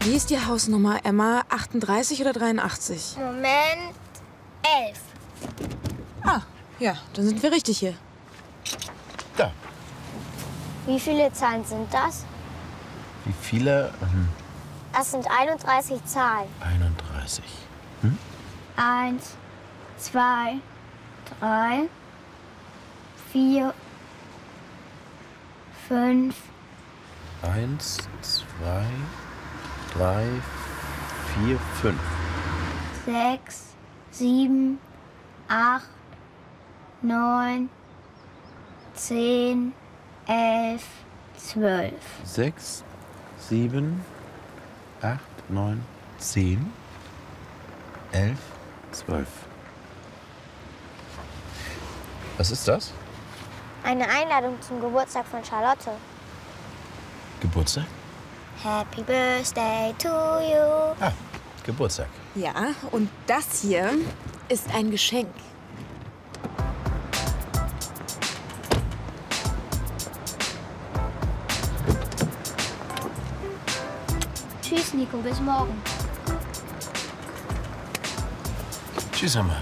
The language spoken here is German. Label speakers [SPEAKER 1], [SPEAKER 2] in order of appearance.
[SPEAKER 1] Wie ist die Hausnummer, Emma? 38 oder 83?
[SPEAKER 2] Moment. Elf.
[SPEAKER 1] Ah, ja, dann sind wir richtig hier.
[SPEAKER 3] Da.
[SPEAKER 2] Wie viele Zahlen sind das?
[SPEAKER 3] Wie viele? Ähm,
[SPEAKER 2] Das sind 31 Zahlen.
[SPEAKER 3] 31.
[SPEAKER 2] Eins, zwei, drei, vier, fünf,
[SPEAKER 3] Eins, zwei, drei, vier, fünf.
[SPEAKER 2] sechs, sieben, acht, neun, zehn, elf, zwölf.
[SPEAKER 3] Sechs, sieben, acht, neun, zehn, elf, zwölf. Was ist das?
[SPEAKER 2] Eine Einladung zum Geburtstag von Charlotte.
[SPEAKER 3] Geburtstag?
[SPEAKER 2] Happy Birthday to you.
[SPEAKER 3] Ah, Geburtstag.
[SPEAKER 1] Ja, und das hier ist ein Geschenk.
[SPEAKER 2] Tschüss, Nico, bis morgen.
[SPEAKER 3] Tschüss, Emma.